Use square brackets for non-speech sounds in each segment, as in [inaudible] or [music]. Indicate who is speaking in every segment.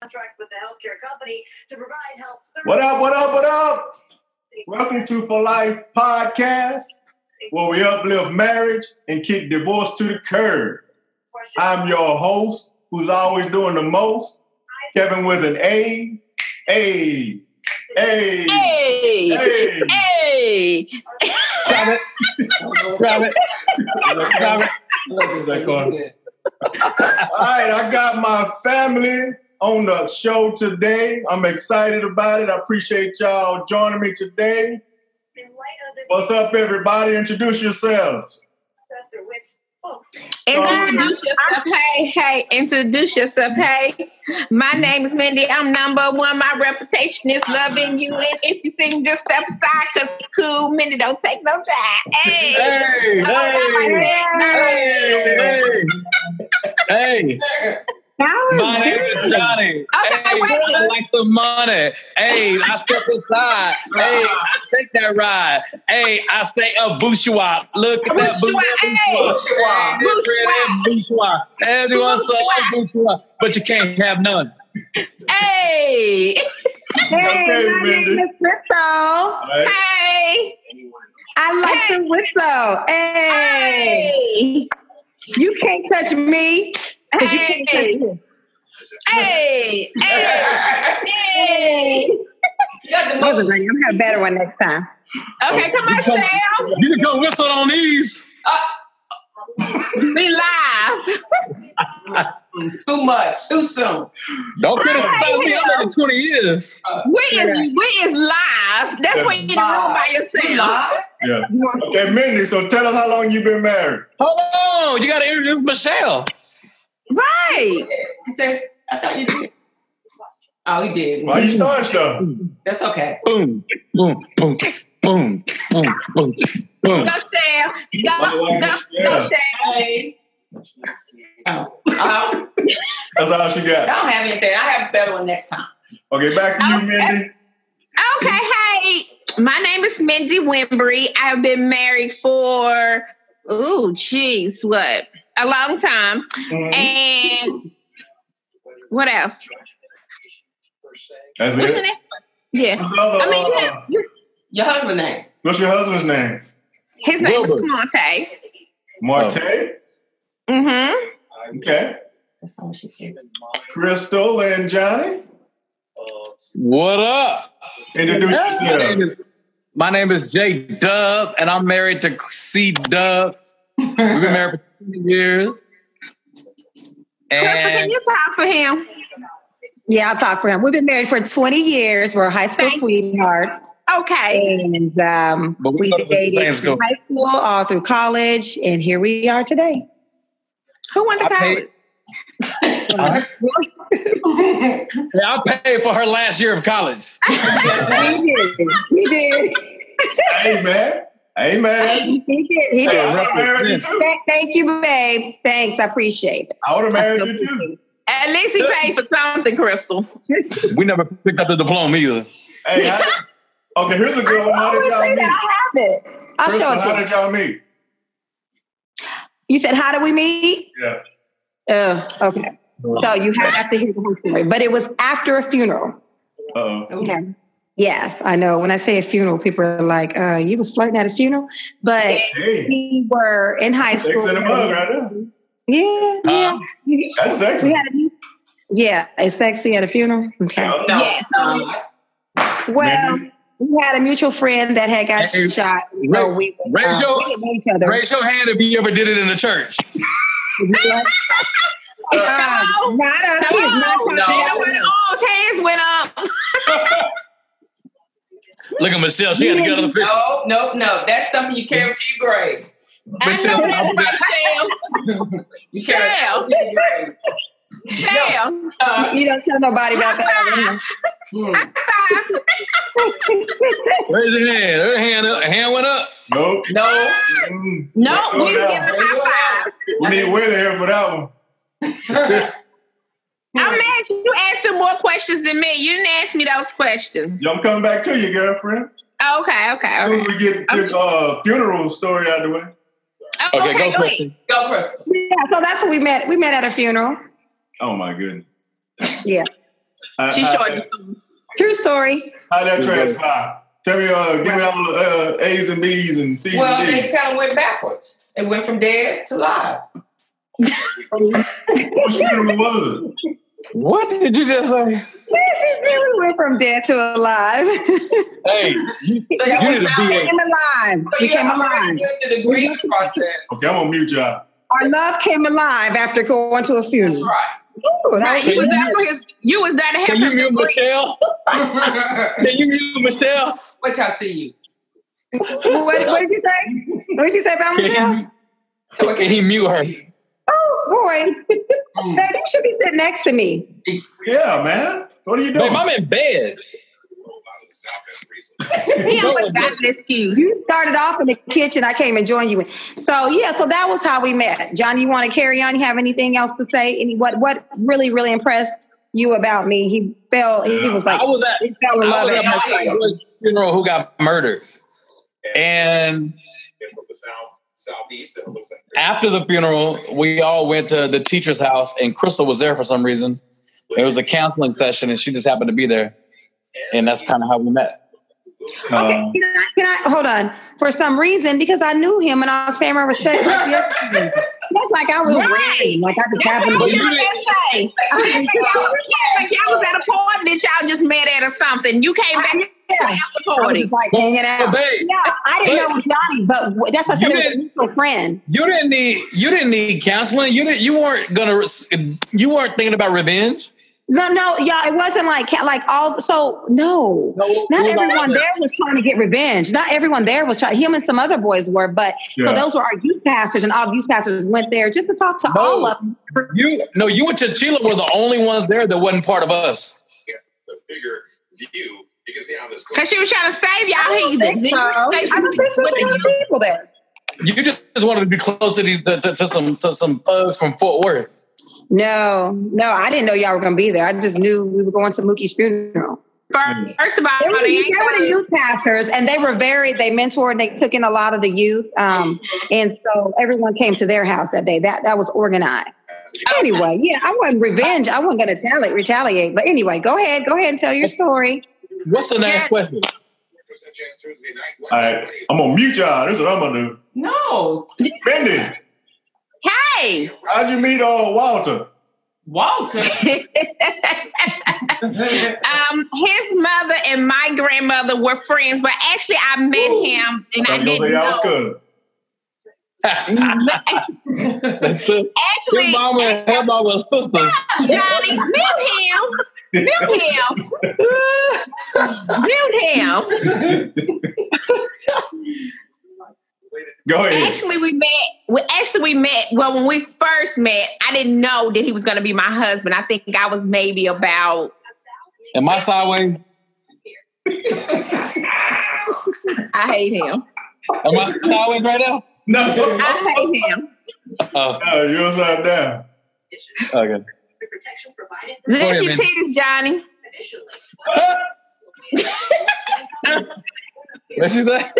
Speaker 1: contract with the healthcare company to provide health services.
Speaker 2: What up, what up, what up? Welcome to For Life Podcast, where we uplift marriage and kick divorce to the curb. I'm your host, who's always doing the most, Kevin with an A. A. A.
Speaker 3: Hey!
Speaker 2: Hey.
Speaker 3: Hey!
Speaker 4: Drop it.
Speaker 5: [laughs]
Speaker 4: Drop it. Drop it.
Speaker 2: That car. All right, I got my family on the show today. I'm excited about it. I appreciate y'all joining me today. What's up, everybody? Introduce yourselves.
Speaker 3: Introduce yourself. Hey, hey, introduce yourself. Hey, my name is Mindy. I'm number one. My reputation is loving you. And if you sing, just step aside because cool. Mindy don't take no time. Hey.
Speaker 4: Hey, hey, hey, hey, hey. My name is Johnny.
Speaker 3: Okay,
Speaker 4: hey,
Speaker 3: wait.
Speaker 4: I like some money. Hey, I step aside. Hey, I take that ride. Hey, I stay a bourgeois. Look at that
Speaker 3: Bourgeois, hey.
Speaker 4: bourgeois. Bourgeois. bourgeois. Everyone say I'm bourgeois, but you can't have none.
Speaker 3: Hey.
Speaker 2: Okay, Mindy.
Speaker 6: Crystal.
Speaker 2: All right.
Speaker 3: Hey.
Speaker 6: I like
Speaker 3: Hey.
Speaker 6: to whistle. Hey.
Speaker 3: Hey.
Speaker 6: you can't touch me. 'cause you can't touch
Speaker 3: Hey.
Speaker 6: me.
Speaker 3: Hey. Hey.
Speaker 6: Listen, Randy, I'm gonna have a better one next time.
Speaker 3: Okay, come on, Shell.
Speaker 4: You can go whistle on these.
Speaker 3: Be live.
Speaker 5: Too much, too soon.
Speaker 4: Don't criticize me. I'm in 20 years.
Speaker 3: We is we is live. That's when you in the room by yourself.
Speaker 5: Live?
Speaker 2: Yeah.
Speaker 6: You want-
Speaker 2: Okay, Mindy, so tell us how long you been married.
Speaker 4: Hold on. You got to introduce Michelle.
Speaker 3: Right.
Speaker 5: You said, I thought you did. Oh, he did.
Speaker 2: Why you starting stuff?
Speaker 5: That's okay.
Speaker 4: boom, boom, boom, boom, boom, boom, boom.
Speaker 3: Go Shell. Go, go, go
Speaker 2: Yeah,
Speaker 3: Shell.
Speaker 5: Hey. Oh, I
Speaker 2: that's all she
Speaker 5: don't,
Speaker 2: got.
Speaker 5: I don't have anything. I have a better one next time.
Speaker 2: Okay, back to you, Mindy.
Speaker 3: Okay, hey. My name is Mindy Wimbry. I've been married for ooh, jeez, what? A long time.
Speaker 2: Mhm.
Speaker 3: And what else?
Speaker 2: Mm-hmm. That's
Speaker 3: What's your
Speaker 2: it.
Speaker 3: name? Yeah.
Speaker 2: What's, the other,
Speaker 3: I mean, you
Speaker 2: uh,
Speaker 3: have, you-
Speaker 5: Your husband name.
Speaker 2: what's your husband's name?
Speaker 3: his name is
Speaker 4: Wilbur.
Speaker 3: Monte.
Speaker 2: Marte?
Speaker 3: Mm-hmm.
Speaker 2: Okay.
Speaker 5: That's not what she [laughs] said.
Speaker 2: Crystal and Johnny,
Speaker 4: What up?
Speaker 2: introduce
Speaker 4: My
Speaker 6: Oh.
Speaker 4: name
Speaker 2: yourself.
Speaker 4: is, my name is Jay Dub, and I'm married to C Dub. We've been married for 20 years.
Speaker 3: Crystal, can
Speaker 4: And
Speaker 3: you talk for him?
Speaker 6: Yeah, I'll talk for him. We've been married for 20 years. We're high school
Speaker 3: Thank
Speaker 6: sweethearts.
Speaker 3: Okay.
Speaker 6: And um,
Speaker 4: But we
Speaker 6: we
Speaker 4: thought it was the same
Speaker 6: dated
Speaker 4: school.
Speaker 6: through high school, all through college, and here we are today.
Speaker 3: Who won the
Speaker 4: I paid-
Speaker 3: college?
Speaker 5: Wait
Speaker 4: yeah, I paid for her last year of college.
Speaker 6: He did. He did.
Speaker 2: Hey, man. Hey, man.
Speaker 6: He did. He
Speaker 2: Hey, I
Speaker 6: did.
Speaker 2: would've married you too.
Speaker 6: Thank- Thank you, babe. Thanks. I appreciate it.
Speaker 2: I would have
Speaker 6: I
Speaker 2: married
Speaker 6: still
Speaker 2: you
Speaker 6: appreciate
Speaker 2: too.
Speaker 6: it.
Speaker 3: At least he paid for something, Crystal.
Speaker 4: We never picked up the diploma either.
Speaker 2: Hey,
Speaker 6: [laughs]
Speaker 2: how- okay, here's a
Speaker 6: I
Speaker 2: good one. How did
Speaker 6: always
Speaker 2: y'all
Speaker 6: say
Speaker 2: meet?
Speaker 6: that. I have it. I'll
Speaker 2: Crystal,
Speaker 6: show it to you.
Speaker 2: How did y'all meet?
Speaker 6: You said, "How do we meet?"
Speaker 2: Yeah.
Speaker 6: Oh, okay. So you have to hear the whole story, but it was after a funeral.
Speaker 2: Uh-oh.
Speaker 6: Okay. Yes, I know. When I say a funeral, people are like, uh, "You was flirting at a funeral," but
Speaker 2: Hey,
Speaker 6: we were in high
Speaker 2: sex
Speaker 6: school.
Speaker 2: in the mug right there.
Speaker 6: Yeah,
Speaker 4: Uh,
Speaker 6: yeah,
Speaker 4: Uh-huh.
Speaker 2: That's
Speaker 6: we
Speaker 2: sexy.
Speaker 6: had a, yeah. It's sexy at a funeral. Okay.
Speaker 2: Yeah.
Speaker 5: No.
Speaker 3: Yes.
Speaker 5: Um,
Speaker 6: Well,
Speaker 2: Mindy,
Speaker 6: we had a mutual friend that had got
Speaker 4: Hey,
Speaker 6: shot.
Speaker 4: Ra-
Speaker 6: So we,
Speaker 4: raise
Speaker 6: uh,
Speaker 4: your-
Speaker 6: we didn't know each other.
Speaker 4: Raise your hand if you ever did it in the church. [laughs]
Speaker 6: Uh, not us. He is not
Speaker 3: Hello?
Speaker 6: talking
Speaker 3: That
Speaker 6: about
Speaker 3: when
Speaker 6: us.
Speaker 3: all hands went up.
Speaker 4: Look at Michelle. She had to get out of the picture.
Speaker 5: no, no, no. That's something you carry to your grave.
Speaker 3: I
Speaker 4: Michelle,
Speaker 3: know that's
Speaker 4: I'm
Speaker 3: right, Shell.
Speaker 5: You carry
Speaker 3: Shell.
Speaker 5: it to your grave.
Speaker 3: Shell.
Speaker 5: Uh,
Speaker 6: You don't tell nobody about that.
Speaker 5: mm.
Speaker 3: High
Speaker 6: [laughs]
Speaker 4: Raise your hand. Her hand up. Hand went up.
Speaker 2: Nope.
Speaker 5: [laughs] No.
Speaker 2: Mm.
Speaker 3: five. No,
Speaker 2: Let's slow
Speaker 3: you give
Speaker 2: down.
Speaker 3: her high five.
Speaker 2: We need Willie here for that one.
Speaker 3: I'm mad you asked him more questions than me. You didn't ask me those questions.
Speaker 2: Yeah, I'm coming back to you, girlfriend.
Speaker 3: Okay, okay,
Speaker 2: As soon
Speaker 3: okay.
Speaker 2: as we get this uh, funeral story out of the way.
Speaker 3: Okay, go, ahead.
Speaker 4: Kristen.
Speaker 5: [laughs] Go, Crystal.
Speaker 6: Yeah, so that's what we met. We met at a funeral.
Speaker 2: Oh, my goodness.
Speaker 6: Yeah.
Speaker 2: Uh,
Speaker 3: She
Speaker 2: how
Speaker 3: short and
Speaker 2: that-
Speaker 3: sweet.
Speaker 6: True story.
Speaker 2: How that transpired? Tell me, uh, give me all the uh, A's and B's and C's
Speaker 5: Well,
Speaker 2: and
Speaker 5: they
Speaker 2: D's.
Speaker 5: kind of went backwards. They went from dead to live.
Speaker 2: Whose funeral was it?
Speaker 4: What did you just say?
Speaker 6: we went from dead to alive.
Speaker 4: Hey, you, you need
Speaker 5: So you
Speaker 4: to
Speaker 6: we
Speaker 4: be a
Speaker 6: came
Speaker 5: So
Speaker 6: alive. We
Speaker 5: you
Speaker 6: came
Speaker 5: have
Speaker 6: alive.
Speaker 5: to go through the grief process.
Speaker 2: Okay, I'm gonna mute y'all.
Speaker 6: Our love came alive after going to a
Speaker 5: That's
Speaker 6: funeral.
Speaker 5: right.
Speaker 6: Ooh, that
Speaker 3: Right,
Speaker 6: was
Speaker 3: you was
Speaker 6: good.
Speaker 3: there for his. You was there to help
Speaker 4: Can you
Speaker 3: him
Speaker 4: mute
Speaker 3: to breathe.
Speaker 4: Michelle?
Speaker 5: [laughs]
Speaker 4: Can you mute Michelle?
Speaker 5: Wait till I see you.
Speaker 6: What, what did you say? What did you say about Michelle?
Speaker 4: Can
Speaker 5: So
Speaker 4: he, can
Speaker 5: okay.
Speaker 4: he mute her?
Speaker 6: Oh boy, Babe, you should be sitting next to me.
Speaker 2: Yeah, man. What are you doing?
Speaker 4: Babe, I'm in bed.
Speaker 3: He
Speaker 4: Bro,
Speaker 3: always got
Speaker 4: bro.
Speaker 3: an excuse.
Speaker 6: You started off in the kitchen. I came and joined you. In. So yeah, so that was how we met. Johnny, you want to carry on? You have anything else to say? Any what? What really really impressed you about me? He fell. He was like
Speaker 4: I was at
Speaker 6: he fell in
Speaker 4: I
Speaker 6: love.
Speaker 4: was at
Speaker 6: at
Speaker 4: my
Speaker 6: first sight.
Speaker 4: boy's funeral who got murdered. And after the funeral, we all went to the teacher's house, and Crystal was there for some reason. It was a counseling session, and she just happened to be there. And that's kind of how we met.
Speaker 6: Okay,
Speaker 2: Um,
Speaker 6: can I, can I hold on for some reason because I knew him and I was paying my
Speaker 5: [laughs]
Speaker 6: respect. Like, yesterday. Not like I was
Speaker 3: Right.
Speaker 6: raised, like I just
Speaker 3: That's
Speaker 6: happened
Speaker 3: what
Speaker 6: to
Speaker 3: I was
Speaker 6: be.
Speaker 4: you
Speaker 3: gonna say. I was like, y'all was at a party that y'all just met at or something. You came back
Speaker 6: I,
Speaker 3: to the
Speaker 6: yeah,
Speaker 3: after
Speaker 6: I was
Speaker 3: party.
Speaker 6: just like hanging out.
Speaker 4: But babe,
Speaker 6: Yeah, I didn't know it was Johnny, but w- that's what I said.
Speaker 4: You
Speaker 6: It was a
Speaker 4: didn't-
Speaker 6: mutual friend.
Speaker 4: you didn't need you didn't need counseling. You didn't you weren't gonna you weren't thinking about revenge.
Speaker 6: No, no, y'all, it wasn't like like all. So no,
Speaker 4: No,
Speaker 6: not everyone there was trying to get revenge. Not everyone there was trying. Him and some other boys were, but
Speaker 2: Yeah.
Speaker 6: so those were our youth pastors, and all the youth pastors went there just to talk to
Speaker 4: No.
Speaker 6: all of them.
Speaker 4: You no, you and Chinchilla were the only ones there that wasn't part of us.
Speaker 3: Cause she was trying to save y'all
Speaker 6: I don't
Speaker 3: heathen.
Speaker 6: think so. I don't think so. There were people there.
Speaker 4: You just wanted to be close to these to, to- to some, some some thugs from Fort Worth.
Speaker 6: No, no, I didn't know y'all were gonna be there. I just knew we were going to Mookie's funeral.
Speaker 3: First, first of all,
Speaker 6: They were,
Speaker 3: they
Speaker 6: they
Speaker 3: ain't
Speaker 6: were the
Speaker 3: gonna-
Speaker 6: youth pastors, and they were very. They mentored and they took in a lot of the youth, um, and so everyone came to their house that day. That that was organized. Anyway, yeah, I wasn't revenge. I wasn't gonna retaliate, retaliate. But anyway, go ahead, go ahead and tell your story.
Speaker 4: What's the next
Speaker 3: Yeah.
Speaker 4: question? [laughs]
Speaker 2: all right, I'm gonna mute y'all. This is what I'm gonna do.
Speaker 5: No,
Speaker 2: Bendy,
Speaker 3: Hey.
Speaker 2: how'd you meet uh, Walter?
Speaker 5: Walter.
Speaker 3: [laughs]
Speaker 5: [laughs]
Speaker 3: um, his mother and my grandmother were friends, but actually, I met him and I
Speaker 2: thought you was
Speaker 3: didn't
Speaker 2: gonna say y'all was
Speaker 3: know.
Speaker 2: cousins.
Speaker 4: Your
Speaker 3: [laughs] Actually,
Speaker 4: mama and her mama was sisters.
Speaker 3: Johnny, mute him, mute him, mute him.
Speaker 2: Go ahead.
Speaker 3: Actually, we met. We actually we met. Well, when we first met, I didn't know that he was going to be my husband. I think I was maybe about.
Speaker 4: Am I sideways?
Speaker 3: I hate him.
Speaker 4: Am I sideways right now?
Speaker 2: [laughs] No,
Speaker 3: I hate him.
Speaker 4: Oh,
Speaker 2: no, you was right down.
Speaker 4: okay. [laughs]
Speaker 1: protections provided for
Speaker 3: Lift
Speaker 4: ahead,
Speaker 3: your
Speaker 4: man.
Speaker 3: titties, Johnny.
Speaker 1: additionally. [laughs]
Speaker 4: What she say?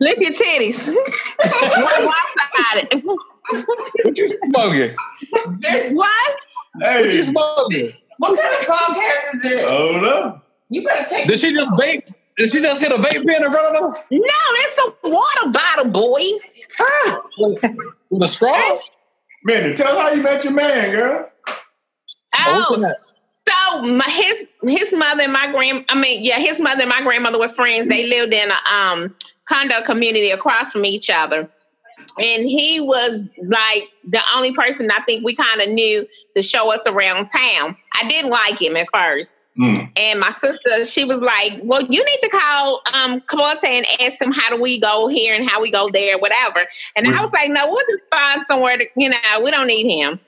Speaker 3: Lift your titties. Why- why about it?
Speaker 4: What you smoking?
Speaker 3: [laughs]
Speaker 5: this,
Speaker 3: What?
Speaker 4: What
Speaker 2: Hey,
Speaker 4: you smoking?
Speaker 5: what kind of podcast is it?
Speaker 2: hold up.
Speaker 5: You better take.
Speaker 4: Did she just vape? Did she just hit a vape pen in front of us
Speaker 3: No, that's a water bottle, boy. Ah,
Speaker 4: with a straw?
Speaker 2: Bendy, tell us how you met your man, girl.
Speaker 3: Oh,
Speaker 4: Open up.
Speaker 3: So my, his his mother and my grand I mean yeah his mother and my grandmother were friends. They lived in a um, condo community across from each other, and he was like the only person I think we kind of knew to show us around town. I didn't like him at first,
Speaker 2: Mm.
Speaker 3: and my sister she was like, "Well, you need to call um Kamota and ask him how do we go here and how we go there, whatever." And
Speaker 2: Which-
Speaker 3: I was like, "No, we'll just find somewhere to you know we don't need him."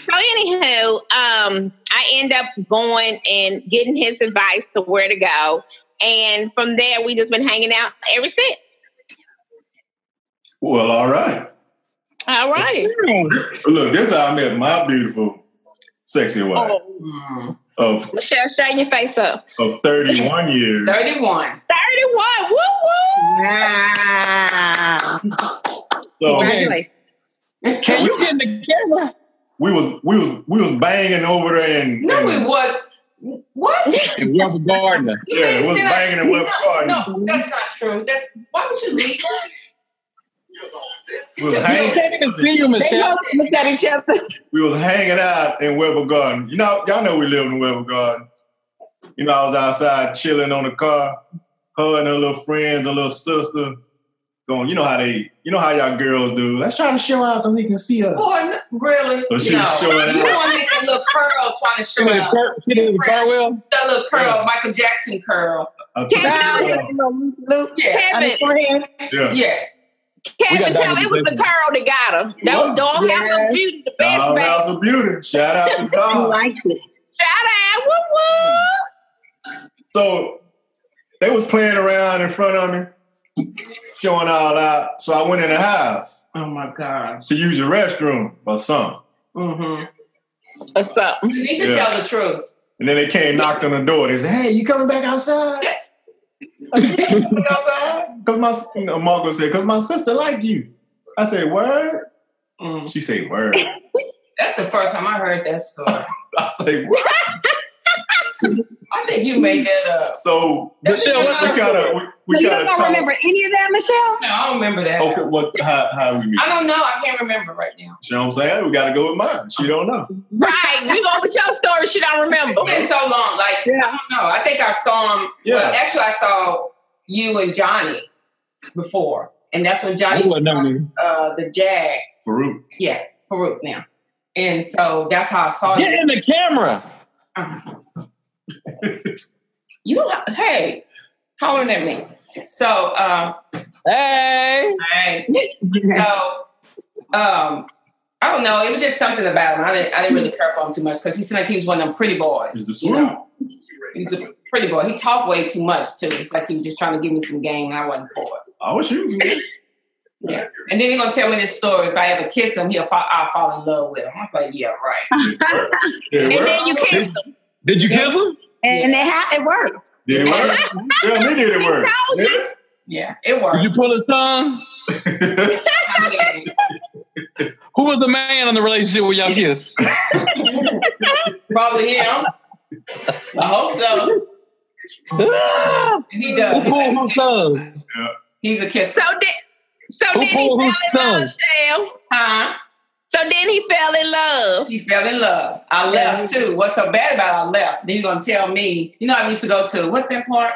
Speaker 3: So anywho, um, I end up going and getting his advice to where to go, and from there we just been hanging out ever since.
Speaker 2: Well, all right.
Speaker 3: All right.
Speaker 6: Hey,
Speaker 2: Look, this is how I met my beautiful, sexy wife
Speaker 3: Oh,
Speaker 5: Mm,
Speaker 2: of,
Speaker 3: Michelle, straighten your face up.
Speaker 2: of 31
Speaker 5: [laughs]
Speaker 2: years.
Speaker 5: Thirty-one.
Speaker 3: Thirty-one. Woo woo.
Speaker 6: wow.
Speaker 2: So
Speaker 6: Congratulations.
Speaker 4: Can you get in the camera?
Speaker 2: we was we was we was banging over there and,
Speaker 5: No,
Speaker 2: and
Speaker 5: we would. We
Speaker 4: and Webber Gardner.
Speaker 2: Mm. Yeah, it was
Speaker 5: See, like,
Speaker 2: banging and
Speaker 5: you
Speaker 2: Webber
Speaker 5: know-
Speaker 2: Gardner.
Speaker 5: No, that's not true. That's why would you leave? her?
Speaker 1: [laughs]
Speaker 2: We was
Speaker 4: You
Speaker 2: hanging.
Speaker 4: can't even see you,
Speaker 6: They
Speaker 4: Michelle.
Speaker 6: both looked at each other.
Speaker 2: we was hanging out in Weber Garden. You know, y'all know we lived in Weber Garden. You know, I was outside chilling on the car, her and her little friends, her little sister, going, you know how they, you know how y'all girls do. Let's try to show out so they can see us.
Speaker 5: Boy, n- really?
Speaker 2: So she
Speaker 5: no.
Speaker 2: was showing out.
Speaker 5: You want to make that little curl trying to
Speaker 4: She
Speaker 5: show
Speaker 4: did
Speaker 5: out.
Speaker 4: the cur- she did the cartwheel.
Speaker 5: That little curl, Michael Jackson curl.
Speaker 2: I
Speaker 3: Kevin,
Speaker 6: Nah,
Speaker 2: told
Speaker 6: look,
Speaker 2: her,
Speaker 6: look, look,
Speaker 5: Yeah.
Speaker 6: on the
Speaker 3: Kevin,
Speaker 6: forehead.
Speaker 2: yeah.
Speaker 5: Yes.
Speaker 4: We
Speaker 3: Kevin,
Speaker 4: got
Speaker 3: tell it was the
Speaker 4: documentation.
Speaker 3: curl that got him. That was
Speaker 2: What?
Speaker 3: Dog
Speaker 6: Yes.
Speaker 3: House of Beauty, the best baby. Shout
Speaker 2: Dollhouse of Beauty. Shout out to
Speaker 6: I [laughs]
Speaker 2: Doll.
Speaker 6: like it.
Speaker 3: out, woo woo.
Speaker 2: So they was playing around in front of me, showing all out. So I went in the house
Speaker 5: Oh my gosh.
Speaker 2: to use the restroom or something.
Speaker 5: Mm-hmm.
Speaker 3: Or something.
Speaker 5: You need to
Speaker 2: Yeah.
Speaker 5: tell the truth.
Speaker 2: And then they came, knocked on the door. They said, "Hey, you coming back outside?" I said, "Yeah, I'm coming outside, cause my you know, Marco said, cause my sister like you. I said, "Word."
Speaker 5: Mm.
Speaker 2: She said, "Word." [laughs]
Speaker 5: That's the first time I heard that story.
Speaker 2: I say, "Word."
Speaker 5: I think you made that up.
Speaker 2: So we,
Speaker 5: That's
Speaker 2: we
Speaker 5: what I
Speaker 2: gotta, we,
Speaker 6: So
Speaker 2: we
Speaker 6: you
Speaker 2: gotta
Speaker 6: don't
Speaker 2: talk.
Speaker 6: remember any of that, Michelle?
Speaker 5: No, I don't remember that.
Speaker 2: Okay, what? How, how we meet?
Speaker 5: I don't know. I can't remember right now.
Speaker 2: You know what I'm saying? We gotta go with mine. She don't know.
Speaker 3: Right. We going with your story, she don't remember.
Speaker 5: It's been so long. Like, I
Speaker 6: Yeah.
Speaker 5: don't know. I think I saw him.
Speaker 2: Yeah.
Speaker 5: Well, actually, I saw you and Johnny before. And that's when Johnny
Speaker 4: We would never knew.
Speaker 5: uh, the Jag.
Speaker 2: Farouk.
Speaker 5: Yeah, Farouk now. And so that's how I saw
Speaker 4: Get
Speaker 5: you.
Speaker 4: in the camera.
Speaker 5: You, hey, hollering at me. So, um,
Speaker 4: Hey.
Speaker 5: I, so, um, I don't know. It was just something about him. I didn't, I didn't really care for him too much because he seemed like he was one of them pretty boys.
Speaker 2: Is the
Speaker 5: you
Speaker 2: swoop?
Speaker 5: know? He was a pretty boy. He talked way too much too. It's like he was just trying to give me some game, and I wasn't for it.
Speaker 2: I was shooting.
Speaker 5: And then he's gonna tell me this story. If I ever kiss him, he'll fall. I'll fall in love with him. I was like, yeah, right. [laughs]
Speaker 2: Word. Did
Speaker 3: And
Speaker 2: it work?
Speaker 3: then you kissed him.
Speaker 4: Did you kiss him?
Speaker 6: And it, ha- it [gasps] worked.
Speaker 2: Did it work?
Speaker 5: [laughs]
Speaker 2: Tell me, did it work?
Speaker 3: told
Speaker 2: Did
Speaker 3: you.
Speaker 5: Yeah, it worked. [laughs]
Speaker 4: Did you pull his tongue?
Speaker 2: it?
Speaker 5: I'm kidding.
Speaker 4: Who was the man in the relationship when y'all kissed? [laughs]
Speaker 5: Probably him. I hope so.
Speaker 4: Ah!
Speaker 5: And he
Speaker 4: Who
Speaker 5: does.
Speaker 4: pulled whose tongue?
Speaker 5: He's a kisser.
Speaker 3: So did so
Speaker 4: Who
Speaker 3: then he
Speaker 4: pulled
Speaker 3: fell
Speaker 4: whose
Speaker 3: in
Speaker 4: tongue?
Speaker 3: love, Shell.
Speaker 5: Huh?
Speaker 3: So then he fell in love.
Speaker 5: He fell in love. I left too. What's so bad about I left? Then he's gonna tell me. You know, I used to go to what's that park?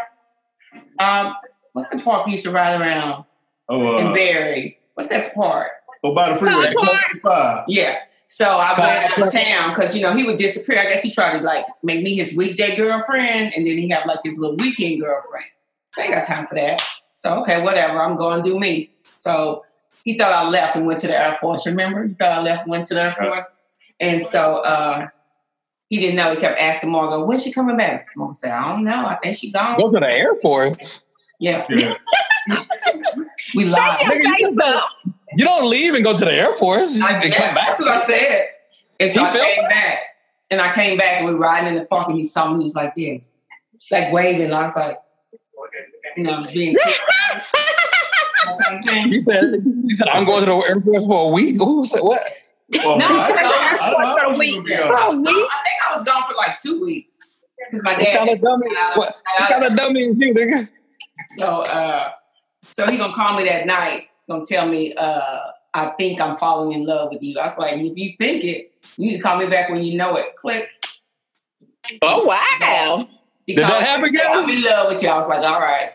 Speaker 5: Um, what's the park we used to ride around
Speaker 2: [laughs] Oh,
Speaker 5: in
Speaker 2: uh,
Speaker 5: Barry? What's that park?
Speaker 2: oh, by the freeway.
Speaker 3: Clyde Park.
Speaker 2: 55.
Speaker 5: Yeah. So I
Speaker 4: Call-
Speaker 5: went out of town because you know he would disappear. I guess he tried to like make me his weekday girlfriend, and then he have like his little weekend girlfriend. So I ain't got time for that. So okay, whatever. I'm going to do me. So he thought I left and went to the Air Force. Remember, he thought I left, and went to the Air
Speaker 2: Yeah.
Speaker 5: Force, and so uh, he didn't know. He kept asking Margo, "When's she coming back?" Margo said, "I don't know. I think she gone."
Speaker 4: Go to the Air Force.
Speaker 5: Yeah,
Speaker 2: Yeah.
Speaker 5: we lied.
Speaker 3: Shut your face up.
Speaker 4: You don't leave and go to the Air Force. You
Speaker 5: I
Speaker 4: can come back.
Speaker 5: That's what I said. And so
Speaker 4: He
Speaker 5: I
Speaker 4: felt
Speaker 5: came back. And I came back and we were riding in the park and he saw me. He was like this, like waving. I was like, you know, [laughs] being no,
Speaker 4: You said you said I'm going to the Air Force for a week. Who said what?
Speaker 2: Well,
Speaker 5: No,
Speaker 2: I,
Speaker 5: it's
Speaker 2: I, I, don't know
Speaker 3: for
Speaker 2: how
Speaker 3: a
Speaker 2: much
Speaker 3: week.
Speaker 2: you was
Speaker 5: I
Speaker 2: there.
Speaker 3: For a
Speaker 5: was gone-
Speaker 3: week.
Speaker 5: I think I was gone for like two weeks because my
Speaker 4: What
Speaker 5: dad.
Speaker 4: kind of dummy? What, what kind of dummy is you, nigga?
Speaker 5: So, uh, so he gonna call me that night. Gonna tell me, uh, I think I'm falling in love with you. I was like, if you think it, you need to call me back when you know it. Click.
Speaker 3: Oh wow.
Speaker 5: He
Speaker 4: Did that
Speaker 5: called me, said,
Speaker 4: happen, Gavin?
Speaker 5: I'm in love with you. I was like, all right.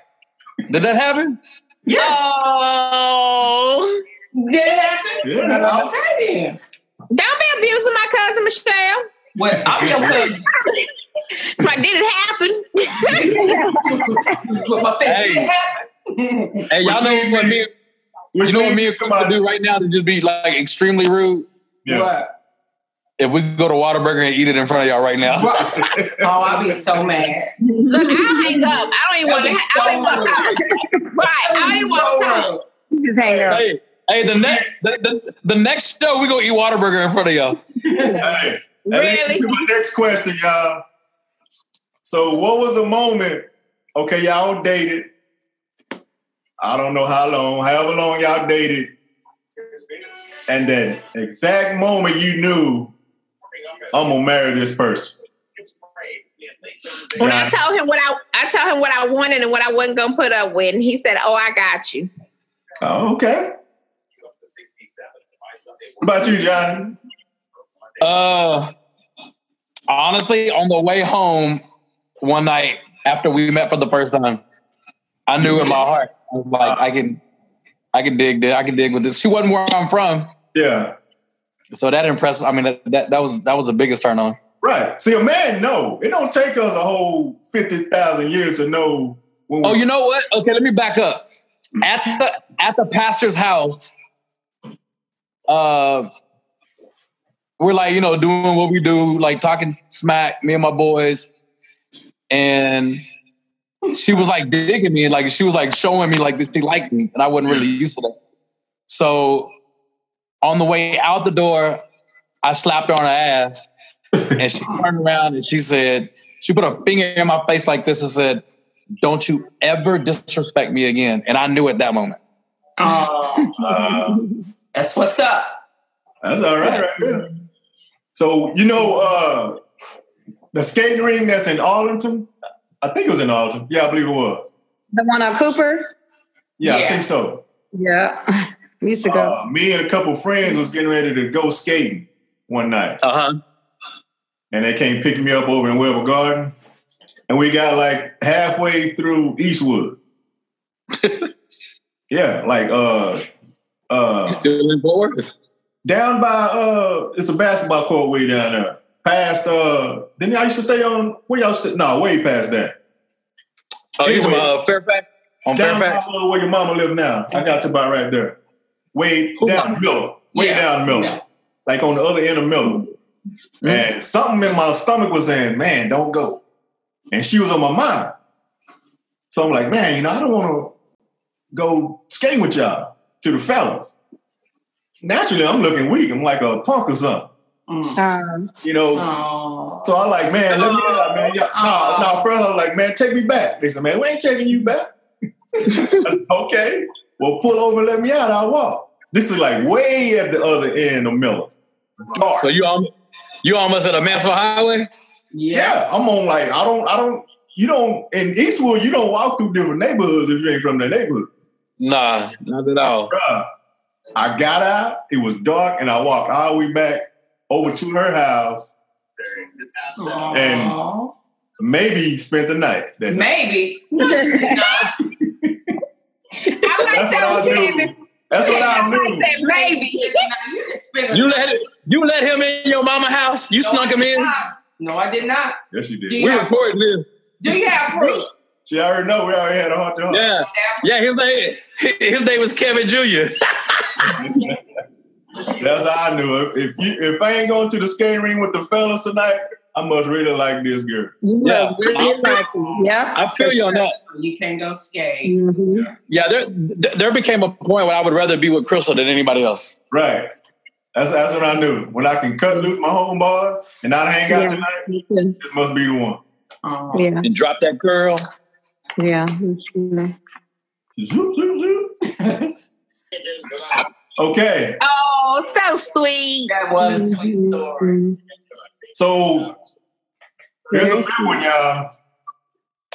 Speaker 4: Did that happen?
Speaker 5: Yeah.
Speaker 3: Oh.
Speaker 5: That happened?
Speaker 2: Yeah.
Speaker 5: Okay then.
Speaker 3: Don't be abusing my cousin Michelle.
Speaker 5: Well, I'm your cousin.
Speaker 3: It's like, did it happen?
Speaker 5: but my face
Speaker 4: Hey.
Speaker 5: did happen.
Speaker 4: Hey, y'all know what me?
Speaker 2: Which
Speaker 4: You know what
Speaker 2: means-
Speaker 4: me and
Speaker 2: come
Speaker 4: Chris would
Speaker 2: on.
Speaker 4: do right now to just be like extremely rude.
Speaker 2: Yeah.
Speaker 5: What?
Speaker 4: If we could go to Waterburger and eat it in front of y'all right now,
Speaker 5: Oh, I'll be so mad.
Speaker 3: Look, I'll hang up. I don't even want
Speaker 5: That'd
Speaker 3: to.
Speaker 5: be
Speaker 3: I don't even want to
Speaker 5: so
Speaker 3: talk. Right. I don't
Speaker 5: rude.
Speaker 3: even want to talk.
Speaker 5: so rude.
Speaker 6: You just hang up.
Speaker 4: hey, hey, the next the, the, the next show we gonna eat Waterburger in front of y'all.
Speaker 2: [laughs] Hey, that leads
Speaker 3: Really?
Speaker 2: to my next question, y'all. So, what was the moment? Okay, y'all dated. I don't know how long, however long y'all dated. And that exact moment you knew I'm gonna marry this person.
Speaker 3: When I told him what I, I told him what I wanted and what I wasn't gonna put up with, and he said, "Oh, I got you."
Speaker 2: Oh, okay. What about you, Johnny?
Speaker 4: Uh, honestly, on the way home one night after we met for the first time, I knew in my heart, I was like I can, I can dig this. I can dig with this. She wasn't where I'm from,
Speaker 2: Yeah.
Speaker 4: so that impressed. I mean, that that, that was that was the biggest turn on.
Speaker 2: Right. See, a man, no. It don't take us a whole 50,000 years to know when we
Speaker 4: Oh, you know what? Okay, let me back up. At the at the pastor's house, uh, we're like you know doing what we do, like talking smack, me and my boys, and she was like digging me, like she was like showing me like this she liked me, and I wasn't really used to that. So on the way out the door, I slapped her on her ass, and she turned around and she said, she put her finger in my face like this and said, don't you ever disrespect me again. And I knew at that moment.
Speaker 5: Oh,
Speaker 2: Uh,
Speaker 5: that's what's up.
Speaker 2: That's all right, right there. So you know uh, the skating ring that's in Arlington. I think it was in Arlington. Yeah, I believe it was.
Speaker 6: The one on Cooper.
Speaker 2: Yeah, I
Speaker 5: Yeah.
Speaker 2: think so.
Speaker 6: Yeah, [laughs] we used to go.
Speaker 2: Uh, me and a couple friends was getting ready to go skating one night,
Speaker 4: Uh huh.
Speaker 2: and they came pick me up over in Weber Garden, and we got like halfway through
Speaker 4: [laughs]
Speaker 2: Eastwood. yeah, like uh, uh,
Speaker 4: Still in Fort
Speaker 2: down by uh it's a basketball court way down there. Past uh then I used to stay on where y'all stay no, way past that.
Speaker 4: Oh,
Speaker 2: you talking about,
Speaker 4: Fairfax? On
Speaker 2: down
Speaker 4: Fairfax?
Speaker 2: by uh, where your mama live now. I got to about right there. Way
Speaker 4: Who
Speaker 2: down
Speaker 4: mama?
Speaker 2: middle. Way
Speaker 5: Yeah,
Speaker 2: down middle.
Speaker 5: yeah.
Speaker 2: Like on the other end of middle.
Speaker 4: Mm.
Speaker 2: And something in my stomach was saying, man, don't go. And she was on my mind. So I'm like, man, you know, I don't wanna go skating with y'all to the fellas. Naturally, I'm looking weak. I'm like a punk or something.
Speaker 5: Mm.
Speaker 6: Um, [laughs]
Speaker 2: You know,
Speaker 5: Oh.
Speaker 2: Oh. So I like, man, let me out, man. Yeah, no, no, first I was like, man, take me back. They said, man, we ain't taking you back. I said, okay. Well, pull over and let me out. I'll walk. This is like way at the other end of Miller. Dark.
Speaker 4: So you, al- you almost at a Mansfield Highway?
Speaker 5: yeah.
Speaker 2: yeah, I'm on like, I don't, I don't, you don't, in Eastwood, you don't walk through different neighborhoods if you ain't from that neighborhood.
Speaker 4: Nah, not at all.
Speaker 2: Bruh, I got out, it was dark, and I walked all the way back over to her house, And-
Speaker 5: Oh.
Speaker 2: maybe spent the night. That night.
Speaker 5: maybe.
Speaker 3: I like
Speaker 2: That's what
Speaker 3: that
Speaker 2: I
Speaker 3: with
Speaker 2: knew. That's what I
Speaker 3: like
Speaker 2: knew.
Speaker 3: that baby.
Speaker 5: you didn't spend a-
Speaker 4: You let it, you let him in your mama house? You
Speaker 5: No,
Speaker 4: snuck
Speaker 5: I
Speaker 4: him
Speaker 5: did
Speaker 4: in?
Speaker 5: not. No, I did not.
Speaker 2: Yes, you did.
Speaker 5: Do
Speaker 4: We
Speaker 5: you, have,
Speaker 4: recorded this.
Speaker 5: do you have proof?
Speaker 2: She already know we already had a heart to heart.
Speaker 4: Yeah. Yeah, his name his name was Kevin Jr.
Speaker 2: That's how I knew it. If you if I ain't going to the skating ring with the fellas tonight, I must really like this girl.
Speaker 6: you
Speaker 4: Yeah. [laughs]
Speaker 6: must really like it. Yep.
Speaker 4: I feel you on that.
Speaker 5: You can go skate.
Speaker 6: hmm
Speaker 4: Yeah, there there became a point where I would rather be with Crystal than anybody else.
Speaker 2: Right. That's that's what I knew. When I can cut loose my homeboys and not hang out
Speaker 6: Yeah.
Speaker 2: tonight,
Speaker 6: Me too.
Speaker 2: this must be the one.
Speaker 5: Oh.
Speaker 6: Yeah.
Speaker 4: And drop that curl.
Speaker 6: Yeah. Mhm.
Speaker 2: Zoop, zoop, zoop. okay.
Speaker 3: Oh, so sweet.
Speaker 5: That was a sweet story.
Speaker 6: Mhm.
Speaker 2: So here's a big one, y'all.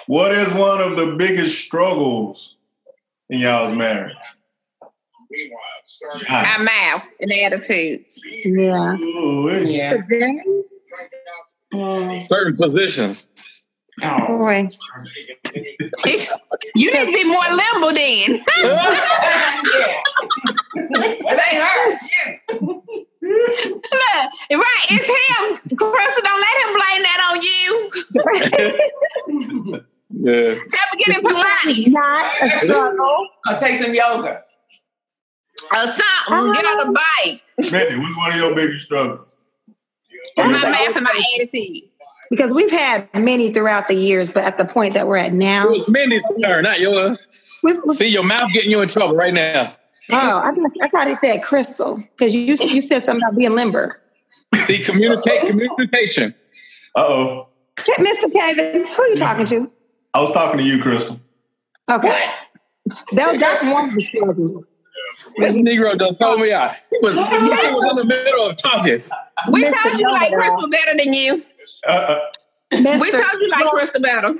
Speaker 2: What is one of the biggest struggles in y'all's marriage?
Speaker 3: Our mouths and attitudes.
Speaker 6: Yeah.
Speaker 2: Ooh-wee.
Speaker 5: Yeah.
Speaker 6: Today, Oh,
Speaker 5: Mm.
Speaker 4: Certain positions.
Speaker 5: Oh.
Speaker 6: [laughs] boy.
Speaker 3: you need to be more limber then. [laughs]
Speaker 5: yeah. [laughs] it ain't her. it's you.
Speaker 3: Look, right, it's him. Crystal, don't let him blame that on you.
Speaker 4: [laughs] Yeah.
Speaker 3: Stop getting Pilates
Speaker 6: Not a struggle.
Speaker 5: I'll take some yoga.
Speaker 3: or something. Get
Speaker 6: Um,
Speaker 3: on the bike.
Speaker 2: Mindy, what's one of your biggest struggles?
Speaker 3: My mouth and my attitude.
Speaker 6: Because we've had many throughout the years, but at the point that we're at
Speaker 4: It
Speaker 6: now,
Speaker 4: was Mindy's turn, not yours.
Speaker 6: we've, we've-
Speaker 4: See, your mouth getting you in trouble right now.
Speaker 6: oh, I thought, I thought it said crystal because you you said something about being limber.
Speaker 4: See, communicate, communication.
Speaker 2: Uh oh.
Speaker 6: Ca- Mr. Kevin, who are you talking to?
Speaker 2: I was talking to you, Crystal.
Speaker 6: Okay. That, Oh, that's one of the struggles.
Speaker 4: This Negro just told me out. He was, he was in the middle of talking.
Speaker 3: We
Speaker 6: Mr.
Speaker 3: told you like
Speaker 6: Know-it-all.
Speaker 3: Crystal better than you.
Speaker 2: Uh, uh,
Speaker 6: Mr.
Speaker 3: We told you like Crystal Battle.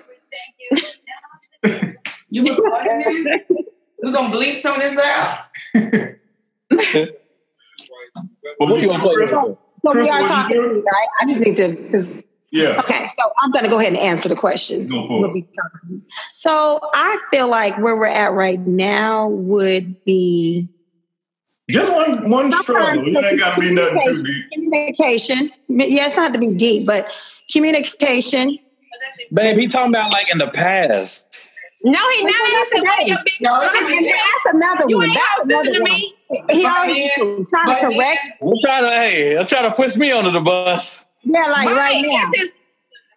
Speaker 5: You recording this? We're gonna bleep some of this out.
Speaker 2: But
Speaker 4: What you
Speaker 2: you-
Speaker 4: gonna play with?
Speaker 6: so we
Speaker 2: Crystal,
Speaker 6: are
Speaker 2: what you
Speaker 6: talking, to
Speaker 2: doing?
Speaker 6: you, right? I just need to. 'cause-
Speaker 2: Yeah.
Speaker 6: Okay, so I'm going to go ahead and answer the questions.
Speaker 2: Go for it.
Speaker 6: We'll be talking. So I feel like where we're at right now would be
Speaker 2: Just one one
Speaker 6: Sometimes
Speaker 2: struggle. It ain't gotta be nothing too big.
Speaker 6: communication. Yeah, it's not to be deep, but communication.
Speaker 4: Babe, he talking about like in the past.
Speaker 3: No, he not.
Speaker 6: Well, that's
Speaker 3: That's
Speaker 6: today.
Speaker 3: your big
Speaker 5: No, it's
Speaker 6: And, and
Speaker 5: today.
Speaker 6: that's another
Speaker 3: You
Speaker 6: one.
Speaker 3: ain't
Speaker 6: That's
Speaker 3: hosting
Speaker 6: another
Speaker 3: to
Speaker 6: one.
Speaker 3: me.
Speaker 6: He
Speaker 5: But
Speaker 6: always
Speaker 5: then-
Speaker 6: trying
Speaker 5: but
Speaker 6: to
Speaker 5: then-
Speaker 6: correct.
Speaker 4: I'm trying to, hey, I'm trying to push me under the bus.
Speaker 6: Yeah, like right, now.
Speaker 3: it's his-